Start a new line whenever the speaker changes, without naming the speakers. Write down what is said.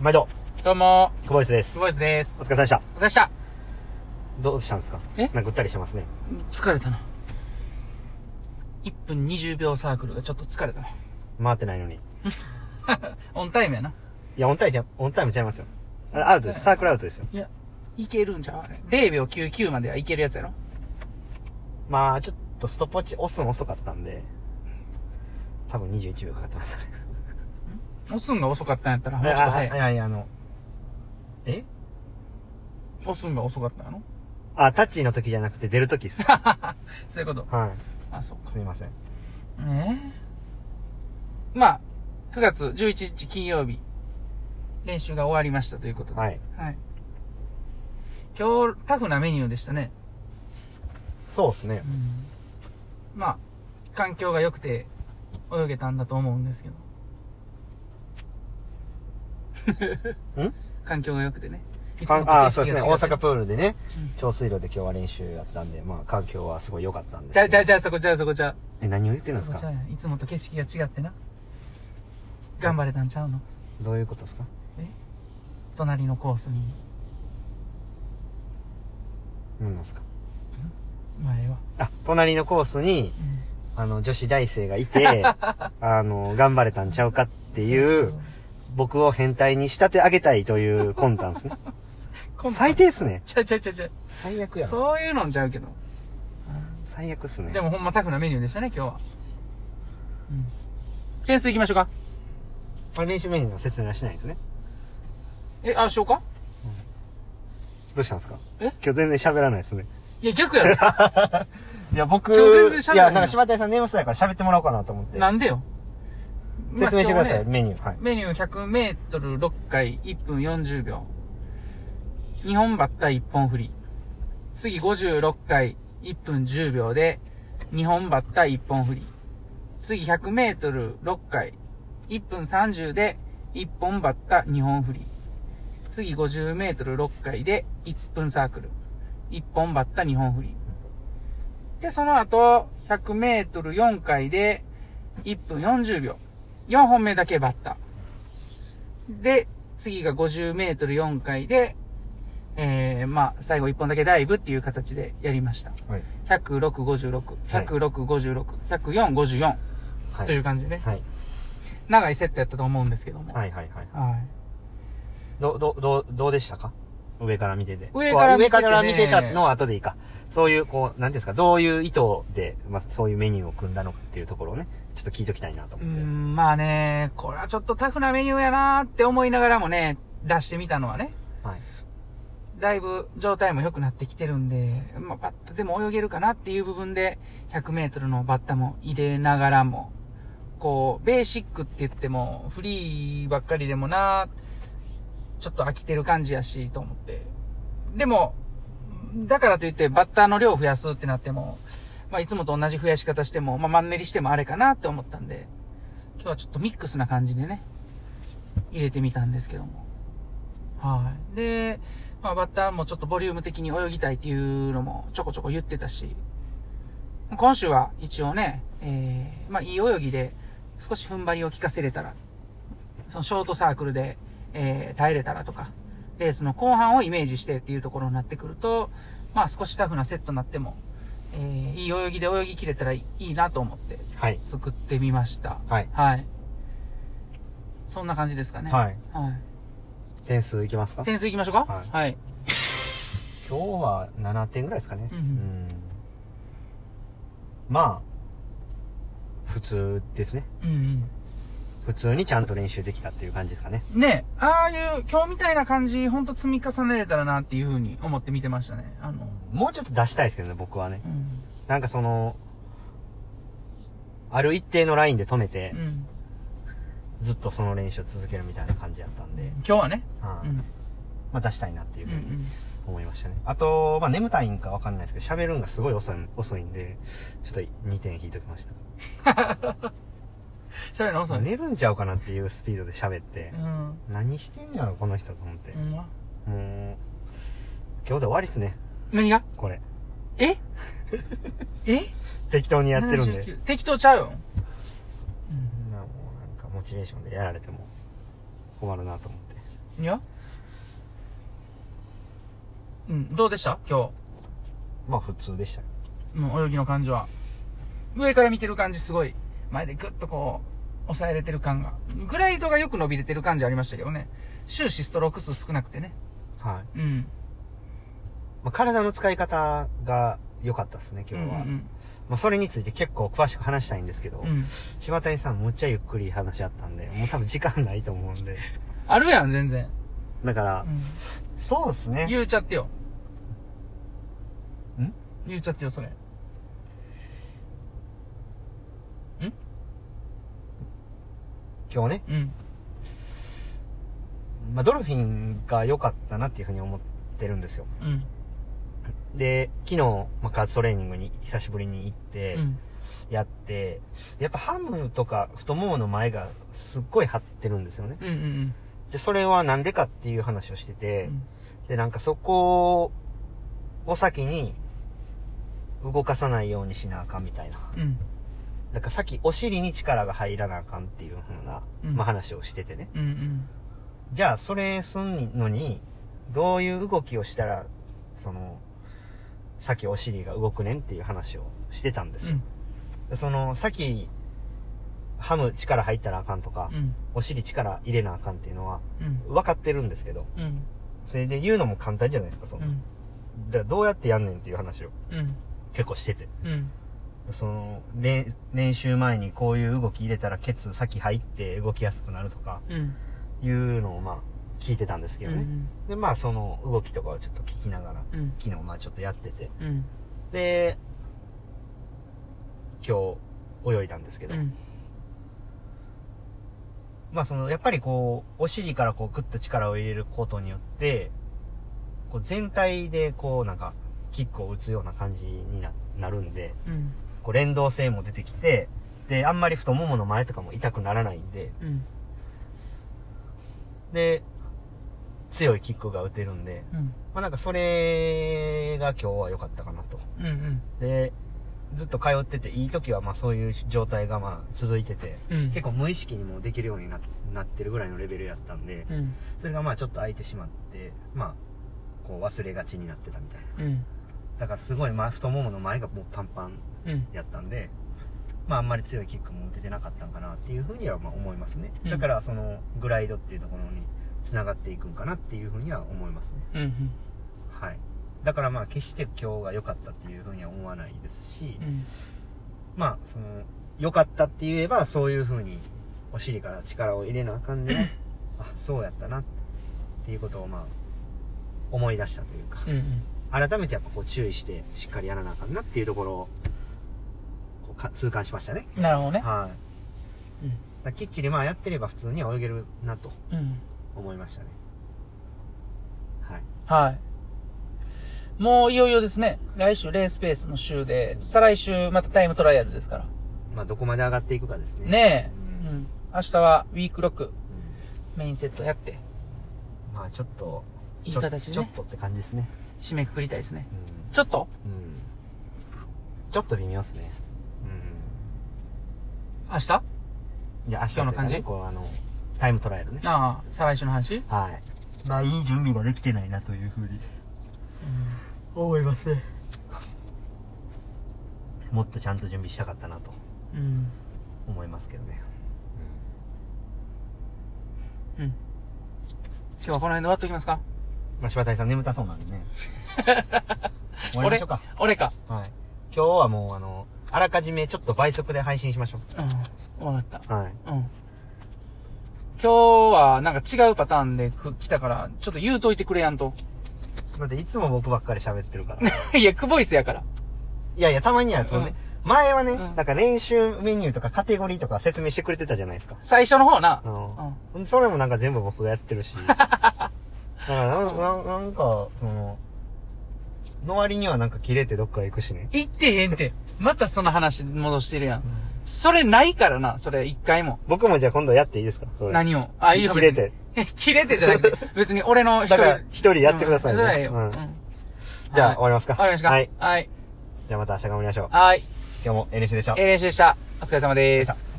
毎度、
どうも、
久保井です
す。ごいで
お疲
す。
れ様でした。
お疲れ様でした。
どうしたんですか
え
なんかぐったりしてますね。
疲れたな。1分20秒サークルがちょっと疲れたな。
回ってないのに。い
オンタイムやな。
や、オンタイムちゃ、オンタイムちゃいますよ。あれアウトです。サークルアウトですよ。
いや、いけるんちゃうあれ。0秒99まではいけるやつやろ。
まあ、ちょっとストップウォッチ押すの遅かったんで、多分21秒かかってます。
押すんが遅かったんやったら、もうちょっと
ああ、い
早い。
やいや、あの、え
押すんが遅かったんやろ
あ、タッチの時じゃなくて出る時っ す。
そういうこと。
は
あ、そう
い。
か。
すみません。
ねえ。まあ、9月11日金曜日、練習が終わりましたということで。
はい。
はい。今日、タフなメニューでしたね。
そうですね。
まあ、環境が良くて泳げたんだと思うんです けど。
ん
環境が良くてね。いつ
か
も
ん
と
あ
景
あ、そうですね。
色
大
が違って
阪プールでね
うん、
長水路で今日は練習やったんで、まあ、環境はすごい良かったんです
ちゃう
けど。
ちゃうちゃう、そこちゃうそこちゃう。
え、何を言ってるんで
そ
す
こちゃう
か
やんいつもと景色が違ってな。頑張れたんちゃうの
どういうことですか
隣のコースに。
何なんですか
前は。
あ、隣のコースに、あの、女子大生がい て、あの、頑張れたんちゃうかっていう、僕を変態に仕立て上げたいという魂胆 ですね。最
低
低っすね。
ちゃうちゃうちゃうちゃう。
最悪やろ。
そういうのんちゃうけど。
最悪っすね
で。もほんまタフなメニューでしたね、今日は。うん。点数いきましょうか。
これ練習メニューの説明はしないんですね。
え、あ、しようか
どうしたんですか
え
今日全然喋らないですね。
いや、逆やろ。
いや、僕、
今日全然喋らない
や、なんか柴田さん眠そうやから喋ってもらおうかなと思って。
なんでよ。
説明してくださ
まあ
い、
今日
メ
ね
ニュー。はい。
メニュー100メートル6回1分40秒。2本バッター1本振り。次56回1分10秒で2本バッター1本振り。次100メートル6回1分30で1本バッター2本振り。次50メートル6回で1分サークル。1本バッター2本振り。で、その後100メートル4回で1分40秒。4本目だけバッター。で、次が50メートル4回で、えー、まあ、最後1本だけダイブっていう形でやりました。
はい。
106、56、106、56、104、54
はい。
という感じでね。
はい。
長いセットやったと思うんですけども。
はい、はい、はい。
はい。
どう、どう、どう、どうでしたか上から見てて。
上から見ててね
こう上から見てたのは後でいいか。そういう、こう、なんていうんですか、どういう意図で、まあ、そういうメニューを組んだのかっていうところをね、ちょっと聞いときたいなと
う
思って。
ん、まあね、これはちょっとタフなメニューやなーって思いながらもね、出してみたのはね、
はい。
だいぶ状態も良くなってきてるんで、まあ、バッタでも泳げるかなっていう部分で、100メートルのバッタも入れながらも、こう、ベーシックって言っても、フリーばっかりでもな、ちょっと飽きてる感じやし、と思って。でも、だからといって、バッターの量を増やすってなっても、まあ、いつもと同じ増やし方しても、まあ、マンネリしてもあれかなって思ったんで、今日はちょっとミックスな感じでね、入れてみたんですけども。はい。で、まあ、バッターもちょっとボリューム的に泳ぎたいっていうのもちょこちょこ言ってたし、今週は一応ね、えー、まあ、いい泳ぎで少し踏ん張りを効かせれたら、そのショートサークルで、えー、耐えれたらとか、レースの後半をイメージしてっていうところになってくると、まあ、少しタフなセットになっても、えー、いい泳ぎで泳ぎ切れたらいいなと思って
はい。
作ってみました。
はい。
はい。そんな感じですかね。。
はいい。
はい。
点数いきますか今
点数いきましょうか。
はい
はい
日は7点ぐらいですかね。
う
うんん
うん
まあ、普通ですね。
うん
普通にちゃんと練習できたっていう感じですかね。
うん、ねえああいう、今日みたいな感じ、ほんと積み重ねれたらなっていうふうに思って見てましたね。あの、
もうちょっと出したいですけどね、僕はね
う。ん。
なんかその、ある一定のラインで止めて
う、ん。
ずっとその練習を続けるみたいな感じやったんで、
今日はね。
は
う
い
ん。
まあ出したいなっていう
うん
ふ
う
うに
ん。
思いましたね。あと、まあ眠たいんかわかんないですけど、喋るんがすごい遅い、遅いんで、ちょっと2点引いときました。
喋るの遅い。
寝るんちゃうかなっていうスピードで喋って
う、ん。
何してんやろ、この人と思って
う。ん。
もう、今日で終わりっすね、
何が
これ。
ええ
適当にやってるんで。
79適当ちゃうよ。
なもうなんかモチベーションでやられても困るなと思って。
いや。うん、どうでした今
まあ普通でした。
日の泳ぎの感じは。上から見てる感じすごい、前でグッとこう、抑えれてる感が。グライドがよく伸びれてる感じありましたけどね。終始ストローク数少なくてね。
はい。
うん。
まあ、体の使い方が良かったですね、今日は。
うん
まあ、それについて結構詳しく話したいんですけど、
うんうん。うん。
柴谷さんむっちゃゆっくり話あったんで、もう多分時間ないと思うんで。
あるやん、全然。
だから
う、ん
そうですね。
言うちゃってよ。
ん
言うちゃってよ、それ。
今日ね、
うん。
まあ、ドルフィンが良かったなっていうふうに思ってるんですよ。
うん。
で、昨日、まあ、加圧トレーニングに久しぶりに行って
う、ん。
やって、やっぱハムとか太ももの前がすっごい張ってるんですよね。
うん。うん。
で、それはなんでかっていう話をしてて、
うん。
で、なんかそこを先に動かさないようにしなあかんみたいな。
うん。
だからさっきお尻に力が入らなあかんっていう風な、
うん
まあ話をしててね。
うん。うん。
じゃあそれすんのに、どういう動きをしたら、その、さっきお尻が動くねんっていう話をしてたんですよ。でその、さっき、ハム力入ったらあかんとか、
うん。
お尻力入れなあかんっていうのは
うん。
分かってるんですけど、
うん。
それで言うのも簡単じゃないですか、そんな。
うん。
だからどうやってやんねんっていう話を
うん。
結構してて。
うん。
その、練練習前にこういう動き入れたらケツ先入って動きやすくなるとか
うん。
いうのをまあ聞いてたんですけどね。で、まあその動きとかをちょっと聞きながら、
うん。
昨日まあちょっとやってて。
うん。
で、今日泳いだんですけど、
うん。
まあその、やっぱりこう、お尻からこうグッと力を入れることによって、こう全体でこうなんか、キックを打つような感じにななるんで、
うん。
こう連動性も出てきて、で、あんまり太ももの前とかも痛くならないんで、
うん。
で、強いキックが打てるんで、
うん。
まあなんかそれが今日は良かったかなと。
うん。
で、ずっと通ってていい時はまあそういう状態がまあ続いてて、
うん。
結構無意識にもできるようにななってるぐらいのレベルやったんで、
うん。
それがまあちょっと空いてしまって、まあ、こう忘れがちになってたみたいな。
うん。
だからすごいまあ太ももの前がもうパンパン
うん。
やったんで、まああんまり強いキックも打ててなかったんかなっていうふうにはまあ思いますね。
うん
だからそのグライドっていうところに繋がっていくんかなっていうふうには思いますね。
うん。
はい。だからまあ決して今日が良かったっていうふうには思わないですし、
うん。
まあその良かったって言えばそういうふうにお尻から力を入れなあかんで、 ね、あそうやったなっていうことをまあ思い出したというか、
うん。
改めてやっぱこう注意してしっかりやらなあかんなっていうところをこうか痛感しましたね。
なるほどね。
はい。
うん
だからきっちりまあやってれば普通に泳げるなと
うん。
思いましたね。はい。
はい。もういよいよですね。来週レースペースの週で、再来週またタイムトライアルですから。
まあどこまで上がっていくかですね。
ね
うん
え。うん。明日はウィーク6
う
メインセットやって、
んまあちょっと、
いい
ちょ
形で
ちょっ
ね、
とって感じですね。
締めくくりたいですね。
うん
ちょっと
うんちょっと微妙っすね。
明日あ
うん。いや、明日というか
今日の感じ
ね、こう、あの、タイムトライアルね。
あ、再来週の話
はい。まあ、いい準備ができてないなというふうに思いますね。もっとちゃんと準備したかったなと
うん。
思いますけどね。
うん。今日はこの辺で終わっときますか
まあ、柴谷さん眠たそうなんで ね。終わりましょうか。
俺か。
はい。今日はもう、あの、あらかじめちょっと倍速で配信しましょ
うん。わかった。
う。はい。
うん。今日はなんか違うパターンでく来たから、ちょっと言うといてくれやんと。
だっていつも僕ばっかり喋ってるから。
いや、クボイスやから。
いやいや、たまには、そのね、前はね、
うん
なんか練習メニューとかカテゴリーとか説明してくれてたじゃないですか。
最初の方な
う。ん。
う
それもなんか全部僕がやってる し。だからな、ななんか、その、の割にはなんか切れてどっか行くしね。
ん。行ってへんって。またその話戻してるやん。それないからな、それ一回も。
僕もじゃあ今度やっていいですかそれ。
何を。あ、いいよ。
切
別
れ
に
て。。
え 切れてじゃなく て、別に俺の一
だから
人。
一人やってくださいね
うんそれはいいよ。
うん
うん
じゃあ
はい
終わりますか
終わりますか。
はい
はい。
じゃあまた明日頑張りましょう。
はい。
今日も NC でした。
えー練習でした。お疲れ様で
お疲れ様でし
す
た。